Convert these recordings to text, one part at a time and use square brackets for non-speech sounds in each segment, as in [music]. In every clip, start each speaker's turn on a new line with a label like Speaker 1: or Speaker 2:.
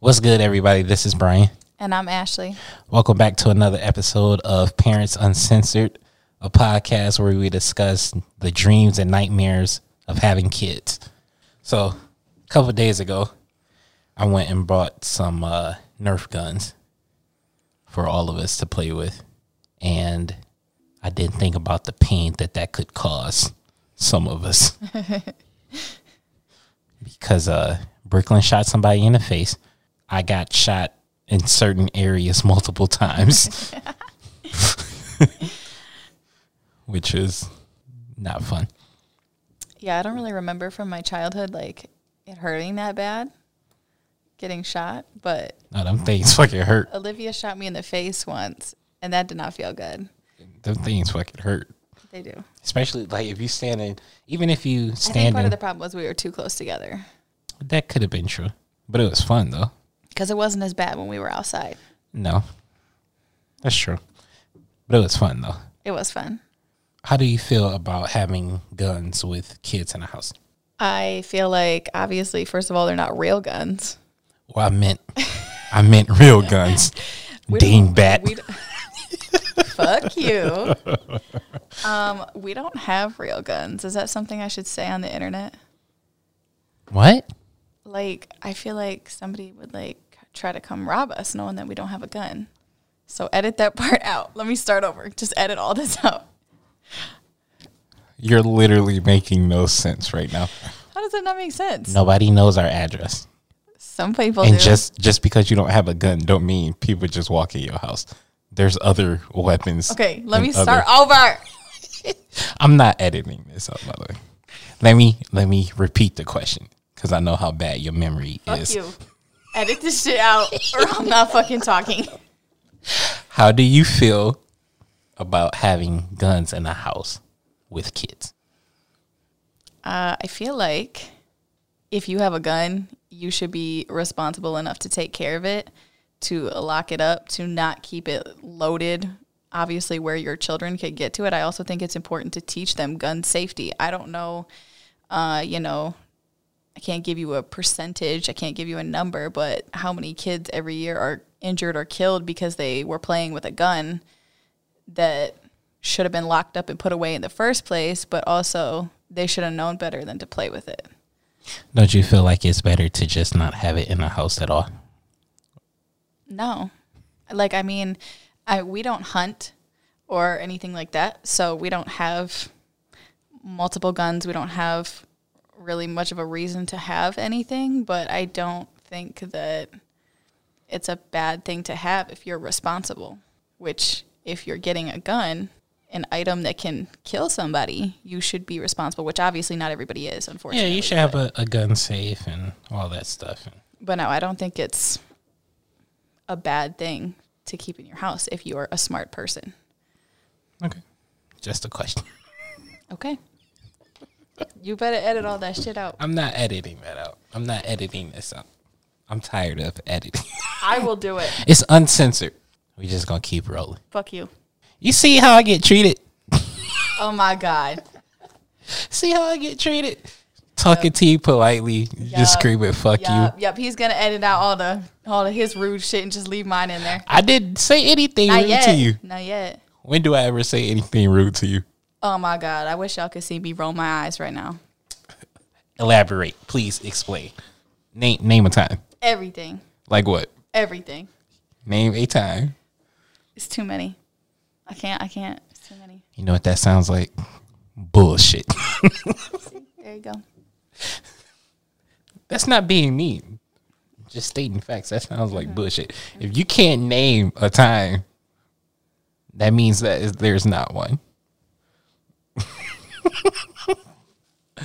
Speaker 1: What's good, everybody? This is Brian.
Speaker 2: And I'm Ashley.
Speaker 1: Welcome back to another episode of Parents Uncensored, a podcast where we discuss the dreams and nightmares of having kids. So, a couple of days ago, I went and bought some uh, Nerf guns for all of us to play with, and I didn't think about the pain that that could cause some of us because uh, Brooklyn shot somebody in the face. I got shot in certain areas [laughs] multiple times, [laughs] which is not fun.
Speaker 2: Yeah, I don't really remember from my childhood like it hurting that bad, getting shot. But
Speaker 1: No, them things fucking hurt.
Speaker 2: Olivia shot me in the face once, and that did not feel good.
Speaker 1: Them things fucking hurt.
Speaker 2: They do.
Speaker 1: Especially like if you stand in, even if you
Speaker 2: I think
Speaker 1: stand
Speaker 2: part
Speaker 1: in,
Speaker 2: of the problem was we were too close together
Speaker 1: that could have been true. But it was fun though.
Speaker 2: because it wasn't as bad when we were outside.
Speaker 1: No, that's true. But it was fun though.
Speaker 2: It was fun.
Speaker 1: How do you feel about having guns with kids in a house?
Speaker 2: I feel like obviously, first of all, they're not real guns.
Speaker 1: Well, I meant, I meant
Speaker 2: [laughs]
Speaker 1: real guns.
Speaker 2: We don't-
Speaker 1: Dingbat.
Speaker 2: we don't- [laughs] Fuck you. Um, we don't have real guns. Is that something I should say on the internet?
Speaker 1: What?
Speaker 2: like I feel like somebody would like try to come rob us knowing that we don't have a gun. So edit that [laughs] part out. Let me start over. Just edit all this [laughs] out.
Speaker 1: You're literally making no sense right now.
Speaker 2: How does that not make sense?
Speaker 1: Nobody knows our address.
Speaker 2: Some people
Speaker 1: and
Speaker 2: do.
Speaker 1: just just because you don't have a gun don't mean people just walk in your house. There's other weapons.
Speaker 2: okay, let me
Speaker 1: and other-
Speaker 2: start over.
Speaker 1: I'm not editing this up by the way. Let me let me repeat the question cuz I know how bad your memory
Speaker 2: Fuck
Speaker 1: is.
Speaker 2: you. Edit this shit out or I'm not fucking
Speaker 1: [laughs]
Speaker 2: talking.
Speaker 1: How do you feel about having guns in a house with kids?
Speaker 2: Uh, I feel like if you have a gun, you should be responsible enough to take care of it, to lock it up, to not keep it loaded, obviously, where your children could get to it. I also think it's important to teach them gun safety. I don't know, uh, you know, I can't give you a percentage, I can't give you a number, but how many kids every year are injured or killed because they were playing with a gun that should have been locked up and put away in the first place, but also they should have known better than to play with it.
Speaker 1: Don't you feel like it's better to just not have it in a house at all?
Speaker 2: No. Like I mean, I we don't hunt or anything like that. So we don't have multiple guns. We don't have really much of a reason to have anything, but I don't think that it's a bad thing to have if you're responsible, which if you're getting a gun, an item that can kill somebody, you should be responsible, which obviously not everybody is,
Speaker 1: Yeah,
Speaker 2: unfortunately.
Speaker 1: you should have a, a gun safe and all that stuff. And
Speaker 2: But no, I don't think it's a bad thing to keep in your house if you are a smart person.
Speaker 1: Okay. Just a question. [laughs]
Speaker 2: Okay. You better edit all that shit out.
Speaker 1: I'm not editing that out. I'm not editing this out. I'm tired of editing. [laughs]
Speaker 2: I will do it.
Speaker 1: it's uncensored. We just gonna keep rolling.
Speaker 2: Fuck you.
Speaker 1: You see how I get treated?
Speaker 2: Oh my God.
Speaker 1: See how I get treated? Talking to you politely, just
Speaker 2: Yup.
Speaker 1: screaming "fuck
Speaker 2: Yup,
Speaker 1: you."
Speaker 2: yep. He's gonna edit out all the all of his rude shit and just leave mine in there.
Speaker 1: I didn't say anything
Speaker 2: Not
Speaker 1: rude
Speaker 2: yet.
Speaker 1: to you.
Speaker 2: Not yet.
Speaker 1: When do I ever say anything rude to you?
Speaker 2: Oh my God. I wish y'all could see me roll my eyes right now.
Speaker 1: Elaborate, please. Explain. Name name a time.
Speaker 2: Everything.
Speaker 1: Like what?
Speaker 2: Everything.
Speaker 1: Name a time.
Speaker 2: It's too many. I can't. I can't. It's too many.
Speaker 1: You know what that sounds like? Bullshit.
Speaker 2: There you go.
Speaker 1: That's not being mean. Just stating facts. That sounds like bullshit. If you can't name a time, that means that is, there's not one. [laughs]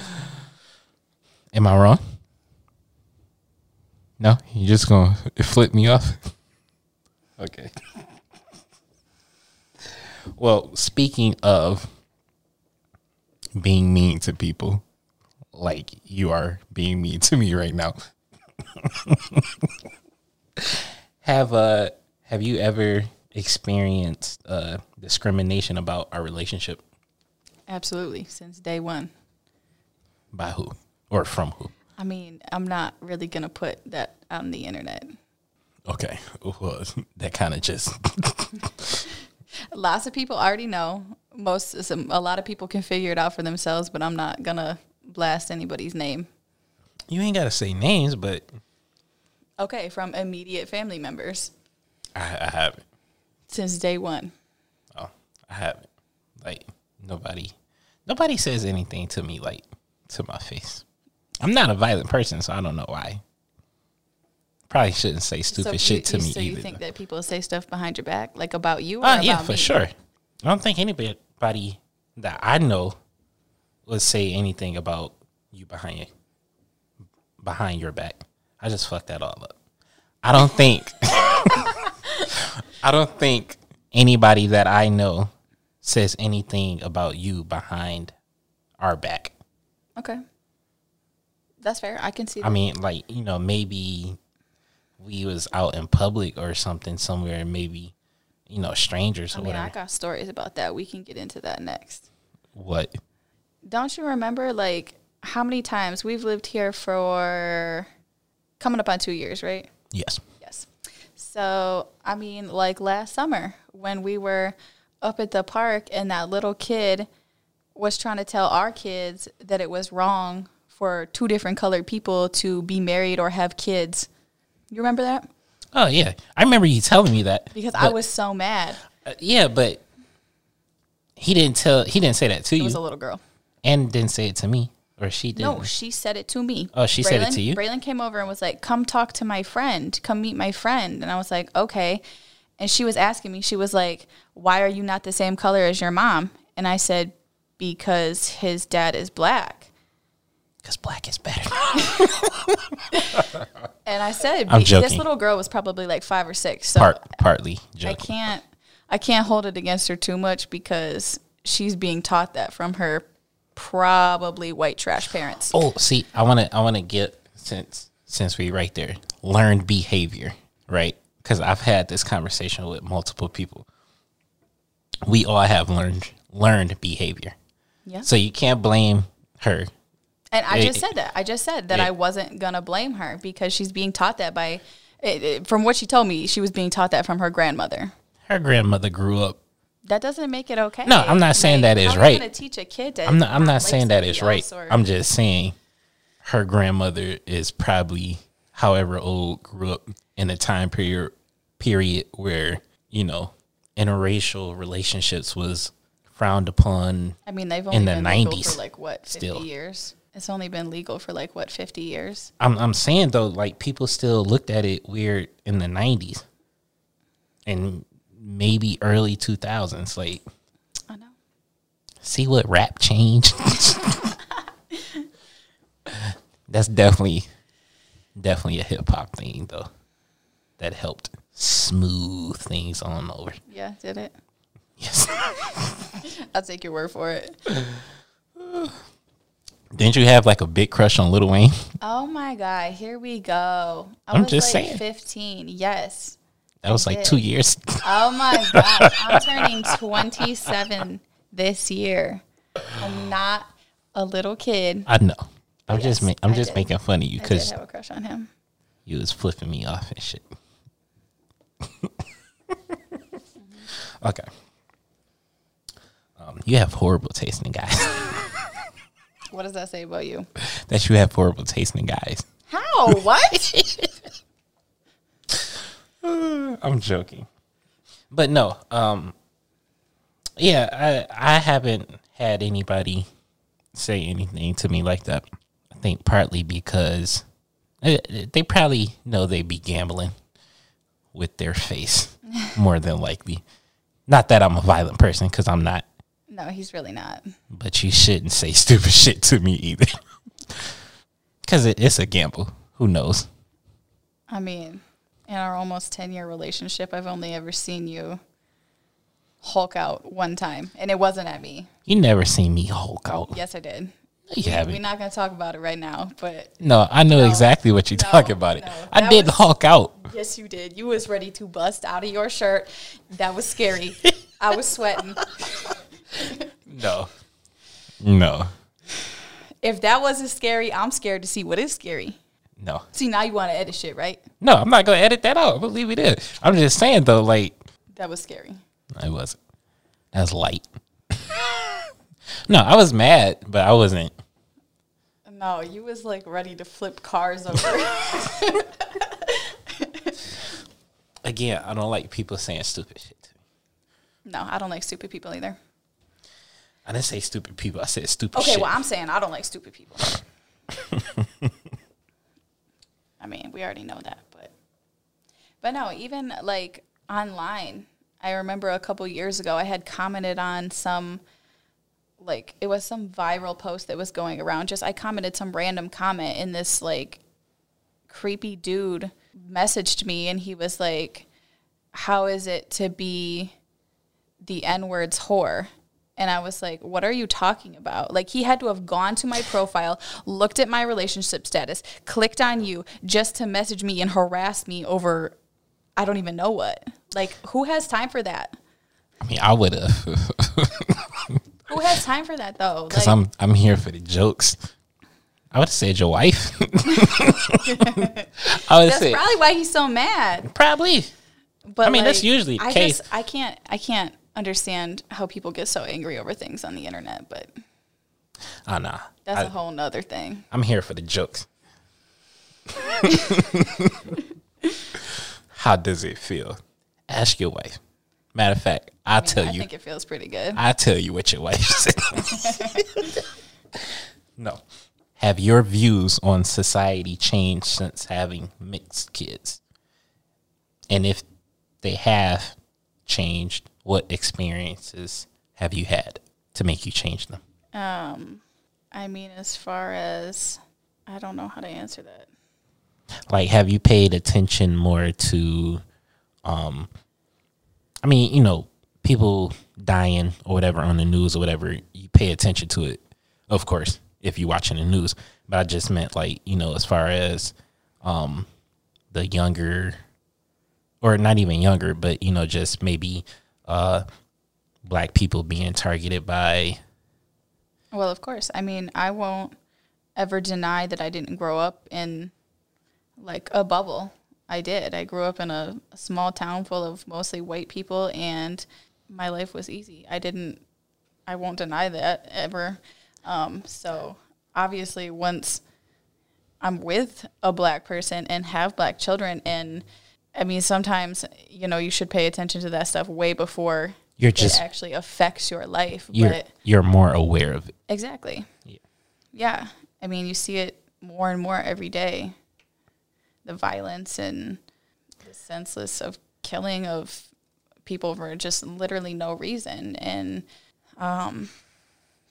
Speaker 1: Am I wrong? No, you just gonna flip me off. Okay. [laughs] well, speaking of being mean to people, like you are being mean to me right now. [laughs] have uh have you ever experienced uh discrimination about our relationship
Speaker 2: Absolutely. Since day one.
Speaker 1: by who or from who?
Speaker 2: I mean, I'm not really gonna put that on the internet.
Speaker 1: Okay, [laughs] well, that kind of just
Speaker 2: Lots of people already know. Most some a lot of people can figure it out for themselves, but I'm not gonna blast anybody's name.
Speaker 1: you ain't gotta say names, but
Speaker 2: Okay, from immediate family members
Speaker 1: I, I haven't.
Speaker 2: since day one.
Speaker 1: Oh, I haven't. Like nobody, nobody says anything to me like to my face. I'm not a violent person, so I don't know why. Probably shouldn't say stupid
Speaker 2: you-
Speaker 1: shit to
Speaker 2: you-
Speaker 1: me
Speaker 2: so
Speaker 1: either.
Speaker 2: you think that people say stuff behind your back, like about you? Or
Speaker 1: Uh, yeah,
Speaker 2: about
Speaker 1: for
Speaker 2: me?
Speaker 1: sure. I don't think anybody that I know would say anything about you behind your, behind your back. I just fucked that all up. I don't think [laughs] I don't think anybody that I know says anything about you behind our back.
Speaker 2: Okay, that's fair. I can see.
Speaker 1: I mean, like you know, maybe we was out in public or something somewhere, and maybe you know, strangers or
Speaker 2: I mean,
Speaker 1: whatever.
Speaker 2: I got stories about that. We can get into that next.
Speaker 1: what?
Speaker 2: Don't you remember, like, how many times we've lived here for coming up on two years, right?
Speaker 1: Yes.
Speaker 2: Yes. So, I mean, like last summer when we were up at the park and that little kid was trying to tell our kids that it was wrong for two different colored people to be married or have kids. You remember that?
Speaker 1: Oh yeah, I remember you telling me that.
Speaker 2: Because I
Speaker 1: But-
Speaker 2: was so mad.
Speaker 1: uh, yeah, but he didn't tell. He didn't say that to
Speaker 2: It
Speaker 1: you,
Speaker 2: was a little girl.
Speaker 1: and didn't say it to me, or she didn't.
Speaker 2: No, she said it to me.
Speaker 1: Oh, she said it
Speaker 2: Braylon-
Speaker 1: to you?
Speaker 2: Braylon came over and was like, "Come talk to my friend. Come meet my friend." And I was like, "Okay." And she was asking me. She was like, "Why are you not the same color as your mom?" And I said, "Because his dad is black."
Speaker 1: because black is better.
Speaker 2: And I said,
Speaker 1: I'm
Speaker 2: "Be- "This
Speaker 1: joking.
Speaker 2: little girl was probably like five or six,
Speaker 1: [laughs]
Speaker 2: so
Speaker 1: Part partly
Speaker 2: I
Speaker 1: joking.
Speaker 2: can't, I can't hold it against her too much because she's being taught that from her probably white trash parents."
Speaker 1: Oh, see, I want to. I want to get since since we right there learned behavior, right? Because I've had this conversation with multiple people. We all have learned learned behavior,
Speaker 2: Yeah.
Speaker 1: so you can't blame her.
Speaker 2: And I
Speaker 1: It-
Speaker 2: just said that. I just said that
Speaker 1: it-
Speaker 2: I wasn't going to blame her because she's being taught that by, it, it- from what she told me, she was being taught that from her grandmother.
Speaker 1: Her grandmother grew up
Speaker 2: That doesn't make it okay.
Speaker 1: No, I'm not saying that is
Speaker 2: how
Speaker 1: right.
Speaker 2: Are you gonna teach a kid that
Speaker 1: I'm not. I'm not
Speaker 2: like
Speaker 1: saying that is
Speaker 2: somebody
Speaker 1: right.
Speaker 2: else or-
Speaker 1: I'm just saying her grandmother is probably however old grew up in a time period period where you know interracial relationships was frowned upon.
Speaker 2: I mean, they've only
Speaker 1: the
Speaker 2: been legal
Speaker 1: 90s
Speaker 2: for like what 50
Speaker 1: still.
Speaker 2: years. It's only been legal for like what 50 years.
Speaker 1: I'm I'm saying though, like people still looked at it weird in the '90s and maybe early 2000s. Like,
Speaker 2: I know.
Speaker 1: see what rap
Speaker 2: [laughs]
Speaker 1: changed. That's definitely definitely a hip hop thing though. That helped smooth things on over.
Speaker 2: Yeah, did it?
Speaker 1: Yes. [laughs]
Speaker 2: I'll take your word for it.
Speaker 1: Didn't you have like a big crush on Lil Wayne?
Speaker 2: Oh my god, here we go. I
Speaker 1: I'm
Speaker 2: was
Speaker 1: just
Speaker 2: like
Speaker 1: saying.
Speaker 2: 15. Yes.
Speaker 1: That was like two
Speaker 2: did.
Speaker 1: years. [laughs]
Speaker 2: Oh my gosh, I'm turning 27 this year. I'm not a little kid.
Speaker 1: I know. I'm just
Speaker 2: Yes,
Speaker 1: ma- I'm
Speaker 2: I
Speaker 1: just
Speaker 2: did.
Speaker 1: making fun of you
Speaker 2: I did
Speaker 1: because
Speaker 2: have a crush on him.
Speaker 1: you was flipping me off and shit. [laughs] okay. Um, you have horrible taste in guys. [laughs]
Speaker 2: What does that say about you?
Speaker 1: that you have horrible taste in guys.
Speaker 2: How? What? [laughs]
Speaker 1: I'm joking. But no, um yeah, I I haven't had anybody say anything to me like that. I think partly because eh, eh, they probably know they be gambling with their face more than likely. Not that I'm a violent person cuz I'm not,
Speaker 2: no, he's really not.
Speaker 1: but you shouldn't say [laughs] stupid shit to me either. [laughs] cuz it, it's a gamble. Who knows?
Speaker 2: I mean, in our almost 10 year relationship, I've only ever seen you hulk out one time, and it wasn't at me.
Speaker 1: You never seen me Hulk out.
Speaker 2: Yes, I did.
Speaker 1: You haven't.
Speaker 2: We're not going to talk about it right now, but
Speaker 1: No, I know exactly what you're
Speaker 2: no,
Speaker 1: talking about. It.
Speaker 2: no.
Speaker 1: I
Speaker 2: That
Speaker 1: did
Speaker 2: was-
Speaker 1: Hulk out.
Speaker 2: yes, you did. You was ready to bust out of your shirt. That was scary. I was sweating.
Speaker 1: No, no,
Speaker 2: If that wasn't scary, I'm scared to see what is scary.
Speaker 1: No.
Speaker 2: See, now you want to edit shit, right?
Speaker 1: No, I'm not gonna edit that out. I'm gonna leave it in. I'm just saying though, like
Speaker 2: That was scary.
Speaker 1: I wasn't. That was
Speaker 2: [laughs]
Speaker 1: light. no, I was mad, but I wasn't.
Speaker 2: No, you was like ready to flip cars over.
Speaker 1: Again, I don't like people saying stupid shit. to me.
Speaker 2: [laughs] no, I don't like stupid people either.
Speaker 1: I didn't say stupid people. I said stupid
Speaker 2: Okay,
Speaker 1: shit.
Speaker 2: well, I'm saying I don't like stupid people. I mean, we already know that, but but no, even like online, I remember a couple years ago I had commented on some like it was some viral post that was going around. Just I commented some random comment and this like creepy dude messaged me and he was like, "How is it to be the N word's whore. And I was like, what are you talking about? Like, he had to have gone to my profile, looked at my relationship status, clicked on you just to message me and harass me over I don't even know what. Like, who has time for that?
Speaker 1: I mean, I would have
Speaker 2: Who has time for that, though?
Speaker 1: because
Speaker 2: Like,
Speaker 1: I'm I'm here for the jokes. I would have said your
Speaker 2: [laughs]
Speaker 1: wife. [laughs] I would have
Speaker 2: that's
Speaker 1: said
Speaker 2: probably why he's so mad.
Speaker 1: probably.
Speaker 2: But
Speaker 1: I mean, that's
Speaker 2: like,
Speaker 1: usually the
Speaker 2: I
Speaker 1: case.
Speaker 2: Just, I can't. I can't understand how people get so angry over things on the internet. But
Speaker 1: Oh nah.
Speaker 2: that's
Speaker 1: I-
Speaker 2: a whole nother thing.
Speaker 1: I'm here for the jokes. [laughs] How does it feel? Ask your wife. Matter of fact, I'll
Speaker 2: I, mean,
Speaker 1: tell
Speaker 2: I
Speaker 1: you.
Speaker 2: think it feels pretty good.
Speaker 1: I'll tell you what your wife [laughs] said. no. Have your views on society changed since having mixed kids? And if they have changed, what experiences have you had to make you change them?
Speaker 2: I mean, as far as I don't know how to answer that.
Speaker 1: like have you paid attention more to um i mean you know people dying or whatever on the news or whatever you pay attention to it of course if you're watching the news but i just meant like you know as far as um the younger or not even younger but you know just maybe uh black people being targeted by
Speaker 2: Well, of course. I mean, I won't ever deny that I didn't grow up in like a bubble. I did. I grew up in a, a small town full of mostly white people, and my life was easy. I didn't, I won't deny that ever. Um, so obviously, once I'm with a black person and have black children, and I mean, sometimes, you know, you should pay attention to that stuff way before
Speaker 1: You're just-
Speaker 2: it actually affects your life.
Speaker 1: you're
Speaker 2: but
Speaker 1: you're more aware of it
Speaker 2: Exactly.
Speaker 1: Yeah.
Speaker 2: Yeah. I mean, you see it more and more every day. The violence and the senseless of killing of people for just literally no reason and um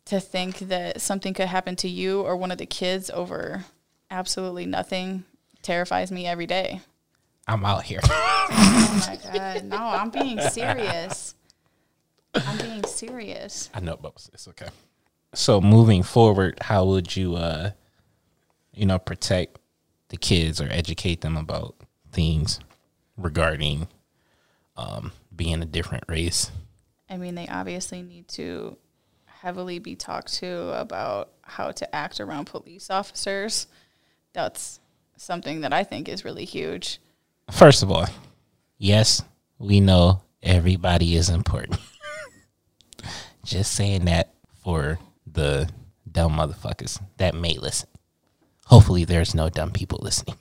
Speaker 2: to think that something could happen to you or one of the kids over absolutely nothing terrifies me every day.
Speaker 1: i'm out here
Speaker 2: Oh my god. No, I'm being serious. I'm being serious.
Speaker 1: I know both. It's okay. So moving forward, how would you uh you know protect the kids or educate them about things regarding um being a different race?
Speaker 2: I mean, they obviously need to heavily be talked to about how to act around police officers. That's something that I think is really huge.
Speaker 1: First of all, yes, we know everybody is important. [laughs] Just saying that for the dumb motherfuckers that may listen. Hopefully, there's no dumb people listening.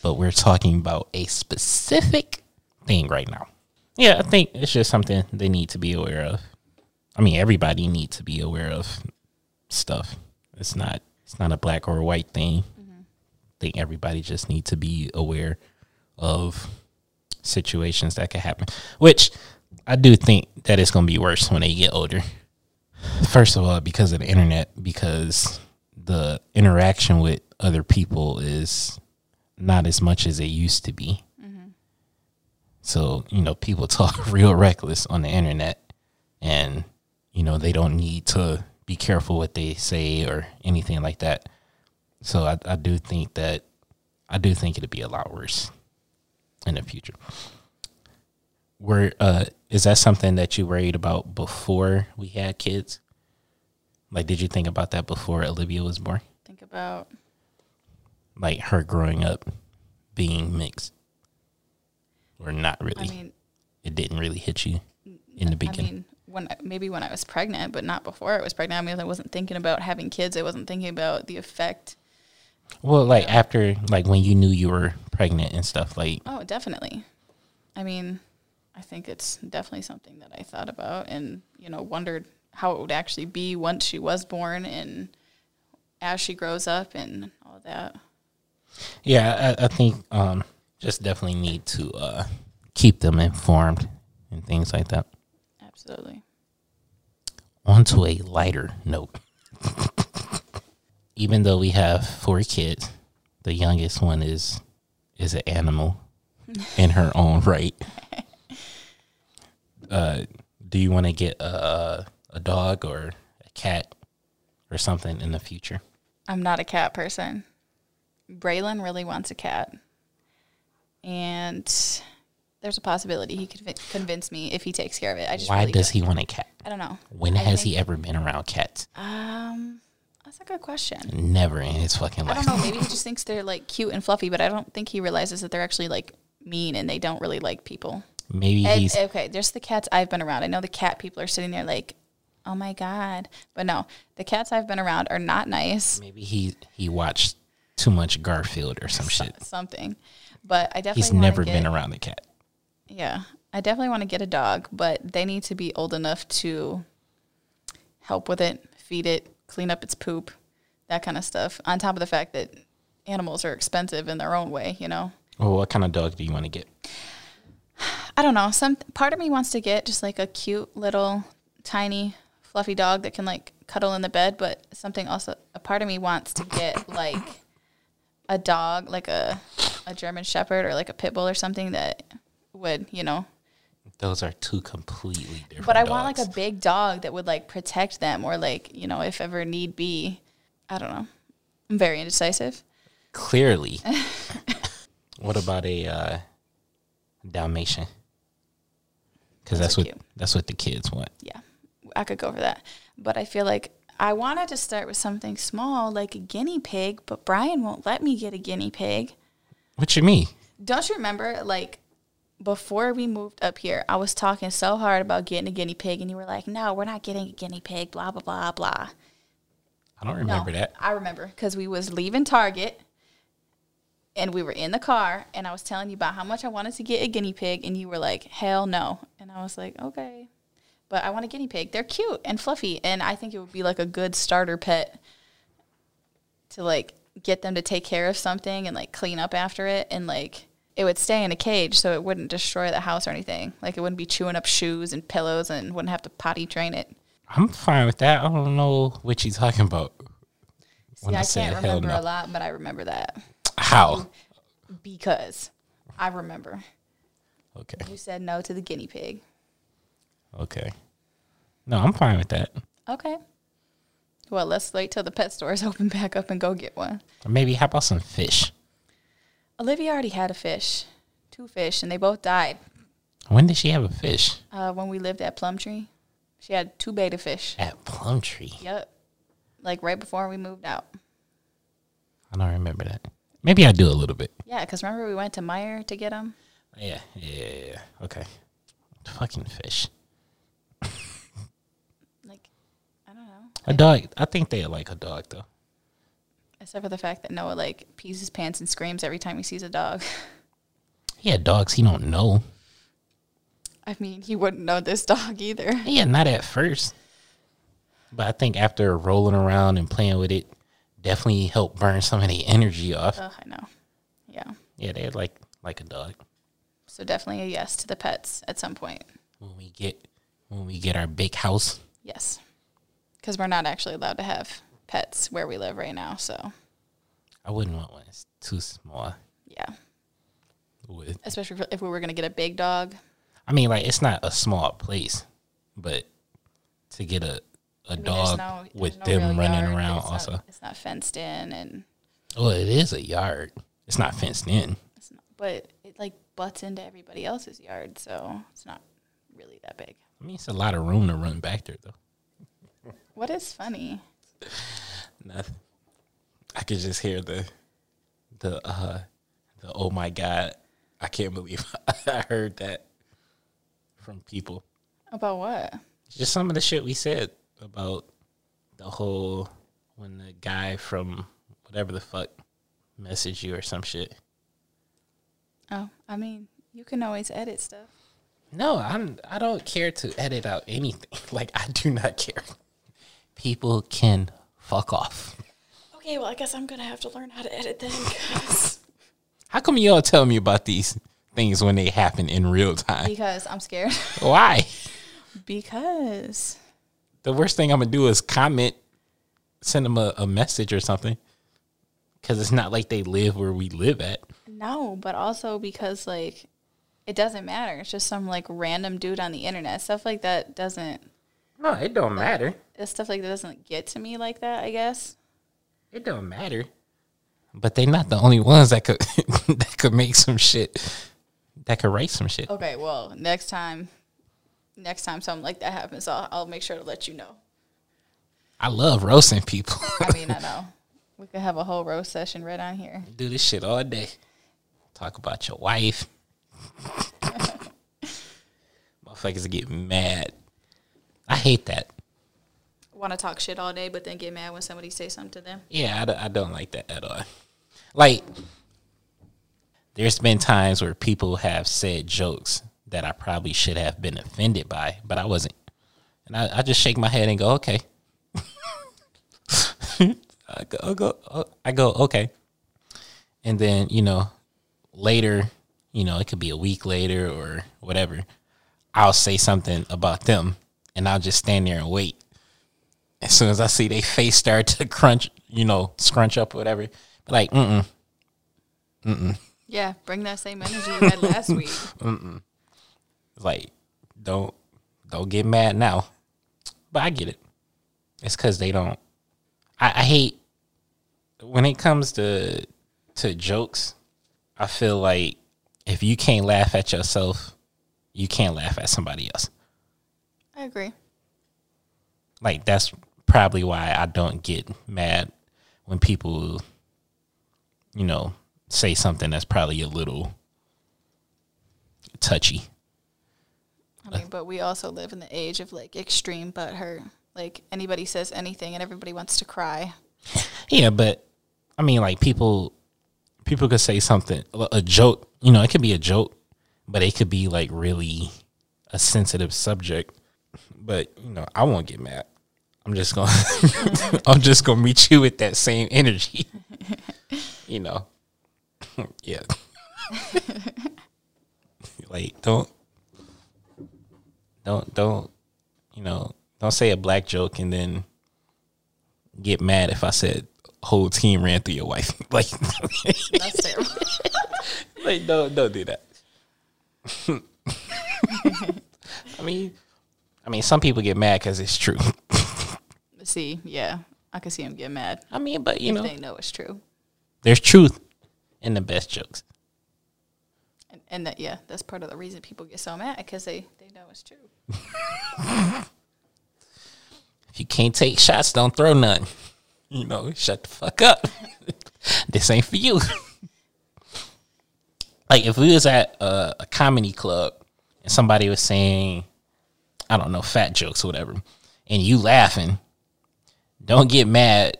Speaker 1: but we're talking about a specific thing right now. Yeah, I think it's just something they need to be aware of. I mean, everybody needs to be aware of stuff. It's not it's not a black or a white thing think everybody just need to be aware of situations that could happen. Which I do think that it's going to be worse when they get older. First of all, because of the internet, because the interaction with other people is not as much as it used to be. So, you know, people [laughs] talk real reckless on the internet and, you know, they don't need to be careful what they say or anything like that. So I, I do think that I do think it'd be a lot worse in the future. Were uh is that something that you worried about before we had kids? Like did you think about that before Olivia was born?
Speaker 2: Think about
Speaker 1: like her growing up being mixed, or not
Speaker 2: I
Speaker 1: really.
Speaker 2: mean,
Speaker 1: it didn't really hit you in the
Speaker 2: I
Speaker 1: beginning.
Speaker 2: mean, when maybe when I was pregnant, but not before I was pregnant. I mean, I wasn't thinking about having kids. I wasn't thinking about the effect.
Speaker 1: well, like after, like when you knew you were pregnant and stuff, like
Speaker 2: Oh, definitely. I mean, I think it's definitely something that I thought about and, you know, wondered how it would actually be once she was born and as she grows up and all that.
Speaker 1: Yeah, I, I think um, just definitely need to uh, keep them informed and things like that.
Speaker 2: Absolutely.
Speaker 1: On to a lighter note. [laughs] Even though we have four kids, the youngest one is is an
Speaker 2: [laughs]
Speaker 1: animal in her own right. Uh, do you want to get a a dog or a cat or something in the future?
Speaker 2: I'm not a cat person. Braylon really wants a cat. And there's a possibility he could vi- convince me if he takes care of it. I just
Speaker 1: Why
Speaker 2: really
Speaker 1: does he want a cat?
Speaker 2: I don't know.
Speaker 1: When
Speaker 2: I
Speaker 1: has
Speaker 2: think-
Speaker 1: he ever been around cats?
Speaker 2: Um, that's a good question.
Speaker 1: Never in his fucking
Speaker 2: I
Speaker 1: life.
Speaker 2: don't know. Maybe he just thinks they're like cute and fluffy, but I don't think he realizes that they're actually like mean and they don't really like people.
Speaker 1: Maybe
Speaker 2: And,
Speaker 1: he's
Speaker 2: okay, there's the cats I've been around. I know the cat people are sitting there like, oh my god, but no, the cats I've been around are not nice.
Speaker 1: maybe he he watched too much Garfield or some shit.
Speaker 2: Something, but I definitely
Speaker 1: He's
Speaker 2: wanna
Speaker 1: never
Speaker 2: get,
Speaker 1: been around the cat.
Speaker 2: Yeah, I definitely want to get a dog, but they need to be old enough to help with it, feed it, clean up its poop, that kind of stuff. On top of the fact that animals are expensive in their own way, you know.
Speaker 1: Well, Oh, what kind of dog do you want to get?
Speaker 2: I don't know. Some part of me wants to get just like a cute little tiny fluffy dog that can like cuddle in the bed, but something also a part of me wants to get like a dog, like a a German shepherd or like a pit bull or something that would, you know.
Speaker 1: Those are two completely different.
Speaker 2: But I want like a big dog that would like protect them or like, you know, if ever need be. I don't know. I'm very indecisive. [laughs]
Speaker 1: clearly. what about a uh, Dalmatian? Because that's
Speaker 2: Those are
Speaker 1: what
Speaker 2: cute.
Speaker 1: that's what the kids want.
Speaker 2: yeah, I could go for that. But I feel like I wanted to start with something small, like a guinea pig, but Brian won't let me get a guinea pig.
Speaker 1: What you mean?
Speaker 2: Don't you remember, like, before we moved up here, I was talking so hard about getting a guinea pig, and you were like, no, we're not getting a guinea pig, blah, blah, blah, blah.
Speaker 1: I don't remember
Speaker 2: No,
Speaker 1: that.
Speaker 2: I remember because we was leaving Target and we were in the car and I was telling you about how much I wanted to get a guinea pig and you were like, hell no. And I was like, okay. But I want a guinea pig. They're cute and fluffy and I think it would be like a good starter pet to like get them to take care of something and like clean up after it and like it would stay in a cage so it wouldn't destroy the house or anything. Like it wouldn't be chewing up shoes and pillows and wouldn't have to potty train it.
Speaker 1: I'm fine with that. I don't know what you're talking about.
Speaker 2: See, I, can't remember a lot, but I remember that.
Speaker 1: How?
Speaker 2: Mm-hmm. because I remember
Speaker 1: Okay.
Speaker 2: you said no to the guinea pig.
Speaker 1: Okay. No, I'm fine with that.
Speaker 2: Okay. Well, let's wait till the pet stores [laughs] open back up and go get one.
Speaker 1: Or maybe how about some fish?
Speaker 2: Olivia already had a fish, two fish, and they both died
Speaker 1: When did she have a fish?
Speaker 2: uh, when we lived at Plumtree. She had two beta fish.
Speaker 1: At Plumtree.
Speaker 2: Yep. Like right before we moved out.
Speaker 1: I don't remember that. Maybe I do a little bit.
Speaker 2: Yeah, because remember we went to Meyer to get them?
Speaker 1: Yeah, yeah, yeah, yeah. Okay. Fucking fish.
Speaker 2: Like, I don't know.
Speaker 1: A dog. I think they like a dog though.
Speaker 2: Except for the fact that Noah, like, pees his pants and screams every time he sees a dog. [laughs]
Speaker 1: Yeah, dogs. He don't know.
Speaker 2: I mean, he wouldn't know this dog either.
Speaker 1: Yeah, not at first. But I think after rolling around and playing with it, definitely helped burn some of the energy off.
Speaker 2: Ugh, I know. Yeah.
Speaker 1: Yeah, they like like a dog.
Speaker 2: So definitely a yes to the pets at some point.
Speaker 1: When we get when we get our big house,
Speaker 2: Yes. Because we're not actually allowed to have pets where we live right now. So,
Speaker 1: I wouldn't want one. It's too small.
Speaker 2: yeah.
Speaker 1: With
Speaker 2: Especially if- if we were going to get a big dog.
Speaker 1: I mean, like it's not a small place, but to get a a
Speaker 2: I mean, there's
Speaker 1: dog
Speaker 2: no- there's
Speaker 1: with
Speaker 2: no
Speaker 1: them
Speaker 2: real
Speaker 1: running
Speaker 2: yard.
Speaker 1: around
Speaker 2: It's not-
Speaker 1: also.
Speaker 2: it's not fenced in and
Speaker 1: Well, it is a yard. It's not fenced in.
Speaker 2: it's not, but it like butts into everybody else's yard. So, it's not really that big.
Speaker 1: I mean, it's a lot of room to run back there though.
Speaker 2: What is funny?
Speaker 1: Nothing. I could just hear the the uh the oh my god, I can't believe [laughs] I heard that from people.
Speaker 2: About what?
Speaker 1: Just some of the shit we said about the whole when the guy from whatever the fuck messaged you or some shit.
Speaker 2: Oh, I mean, you can always edit stuff.
Speaker 1: No, I'm I don't care to edit out anything. [laughs] Like I do not care. People can fuck off.
Speaker 2: Okay, well, I guess I'm gonna have to learn how to edit [laughs] then, because
Speaker 1: How come y'all tell me about these things when they happen in real [laughs] time?
Speaker 2: because I'm scared. [laughs]
Speaker 1: Why?
Speaker 2: because
Speaker 1: The worst thing I'm gonna do is comment, send them a, a message or something. Cause it's not like they live where we live at.
Speaker 2: no, but also because like it doesn't matter. It's just some like random dude on the internet. Stuff like that doesn't.
Speaker 1: No, it don't matter.
Speaker 2: it's Stuff like that doesn't get to me like that. I guess.
Speaker 1: It don't matter. But they not the only ones that could [laughs] that could make some shit. That could write some shit.
Speaker 2: Okay, well, next time, next time something like that happens, I'll, I'll make sure to let you know.
Speaker 1: I love roasting people.
Speaker 2: I mean, I know we could have a whole roast session right on here.
Speaker 1: do this shit all day. Talk about your wife. Motherfuckers get mad. I hate that.
Speaker 2: Want to talk shit all day, but then get mad when somebody say something to them.
Speaker 1: Yeah, I, d- I don't like that at all. Like, there's been times where people have said jokes that I probably should have been offended by, but I wasn't. And I, I just shake my head and go, okay. [laughs] I go, I go, oh, I go, okay. And then, you know, later, you know, it could be a week later or whatever, I'll say something about them and I'll just stand there and wait as soon as I see they face start to crunch, you know, scrunch up, or whatever, like, mm
Speaker 2: Yeah, bring that same energy you had last week.
Speaker 1: like, don't, don't get mad now. But I get it. It's because they don't. I, I hate when it comes to to jokes. I feel like if you can't laugh at yourself, you can't laugh at somebody else.
Speaker 2: [laughs] I agree.
Speaker 1: like that's probably why I don't get mad when people, you know, say something that's probably a little touchy.
Speaker 2: I mean, but we also live in the age of like extreme butthurt. Like anybody says anything and everybody wants to cry.
Speaker 1: Yeah, but I mean, like people, people could say something, a a joke. You know, it could be a joke, but it could be like really a sensitive subject. But you know, I won't get mad. I'm just gonna, [laughs] I'm just gonna meet you with that same energy. [laughs] you know, [laughs] yeah. [laughs] like don't, don't, don't, you know, don't say a black joke and then get mad if I said whole team ran through your wife. [laughs] like,
Speaker 2: That's terrible.
Speaker 1: like don't don't do that. [laughs] I mean, I mean, some people get mad because it's true. [laughs]
Speaker 2: see, yeah, I can see him get mad.
Speaker 1: I mean, but you know,
Speaker 2: They know it's true.
Speaker 1: there's truth in the best jokes.
Speaker 2: And, and that, yeah, that's part of the reason people get so mad because they, they know it's true.
Speaker 1: If you can't take shots, don't throw none. [laughs] You know, shut the fuck up. [laughs] this ain't for you. [laughs] like if we was at a, a comedy club and somebody was saying, I don't know, fat jokes or whatever, and you laughing, don't get mad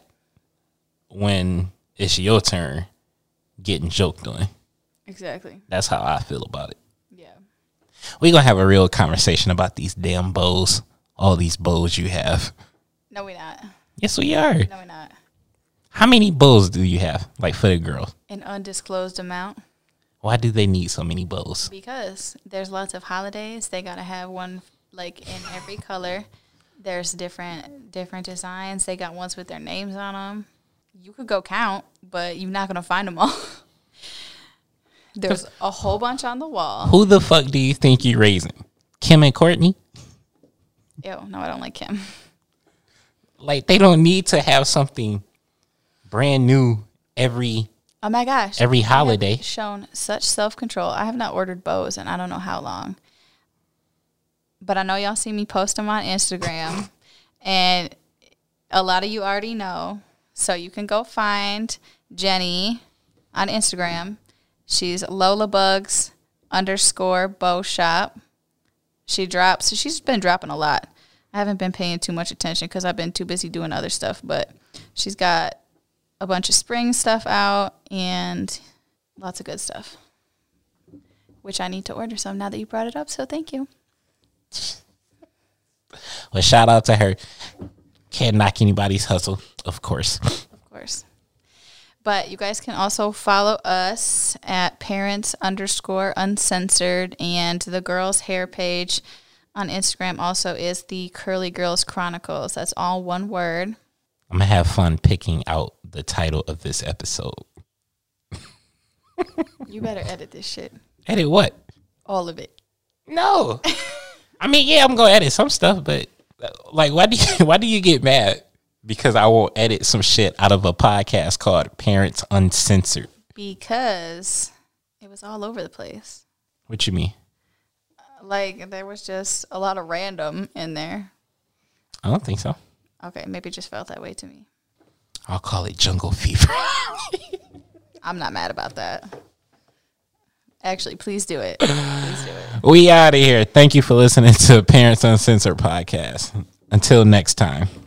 Speaker 1: when it's your turn getting joked on.
Speaker 2: Exactly.
Speaker 1: That's how I feel about it.
Speaker 2: Yeah.
Speaker 1: We're gonna have a real conversation about these damn bows, all these bows you have.
Speaker 2: No, we're not.
Speaker 1: Yes, we are.
Speaker 2: No, we're not.
Speaker 1: How many bows do you have, like for the girls?
Speaker 2: An undisclosed amount
Speaker 1: Why do they need so many bows?
Speaker 2: because there's lots of holidays. They gotta have one like in every color. There's different different designs. They got ones with their names on them. You could go count, but you're not gonna find them all. [laughs] there's a whole bunch on the wall.
Speaker 1: Who the fuck do you think you're raising? Kim and Courtney?
Speaker 2: Ew, no, I don't like him.
Speaker 1: Like they don't need to have something brand new every
Speaker 2: Oh my gosh.
Speaker 1: every holiday.
Speaker 2: shown such self control. I have not ordered bows in I don't know how long. But I know y'all see me post them on Instagram. and a lot of you already know. So you can go find Jenny on Instagram. She's Lola Bugs underscore Bow Shop. She drops. She's been dropping a lot. I haven't been paying too much attention because I've been too busy doing other stuff. But she's got a bunch of spring stuff out and lots of good stuff, which I need to order some now that you brought it up. So thank you.
Speaker 1: Well, shout out to her. Can't knock anybody's hustle, of course.
Speaker 2: of course. But you guys can also follow us at parents underscore uncensored and the girls hair page on Instagram also is the Curly Girls Chronicles. That's all one word.
Speaker 1: I'm gonna have fun picking out the title of this episode.
Speaker 2: You better edit this shit.
Speaker 1: Edit what?
Speaker 2: All of it.
Speaker 1: No. I mean, yeah, I'm gonna edit some stuff, but uh, like, why do you [laughs] why do you get mad? Because I will edit some shit out of a podcast called Parents Uncensored.
Speaker 2: Because it was all over the place.
Speaker 1: What you mean?
Speaker 2: Like there was just a lot of random in there.
Speaker 1: I don't think so.
Speaker 2: Okay, maybe it just felt that way to me.
Speaker 1: I'll call it Jungle Fever. [laughs]
Speaker 2: I'm not mad about that. Actually, please do it. Please do it.
Speaker 1: we out of here. Thank you for listening to Parents Uncensored podcast. Until next time.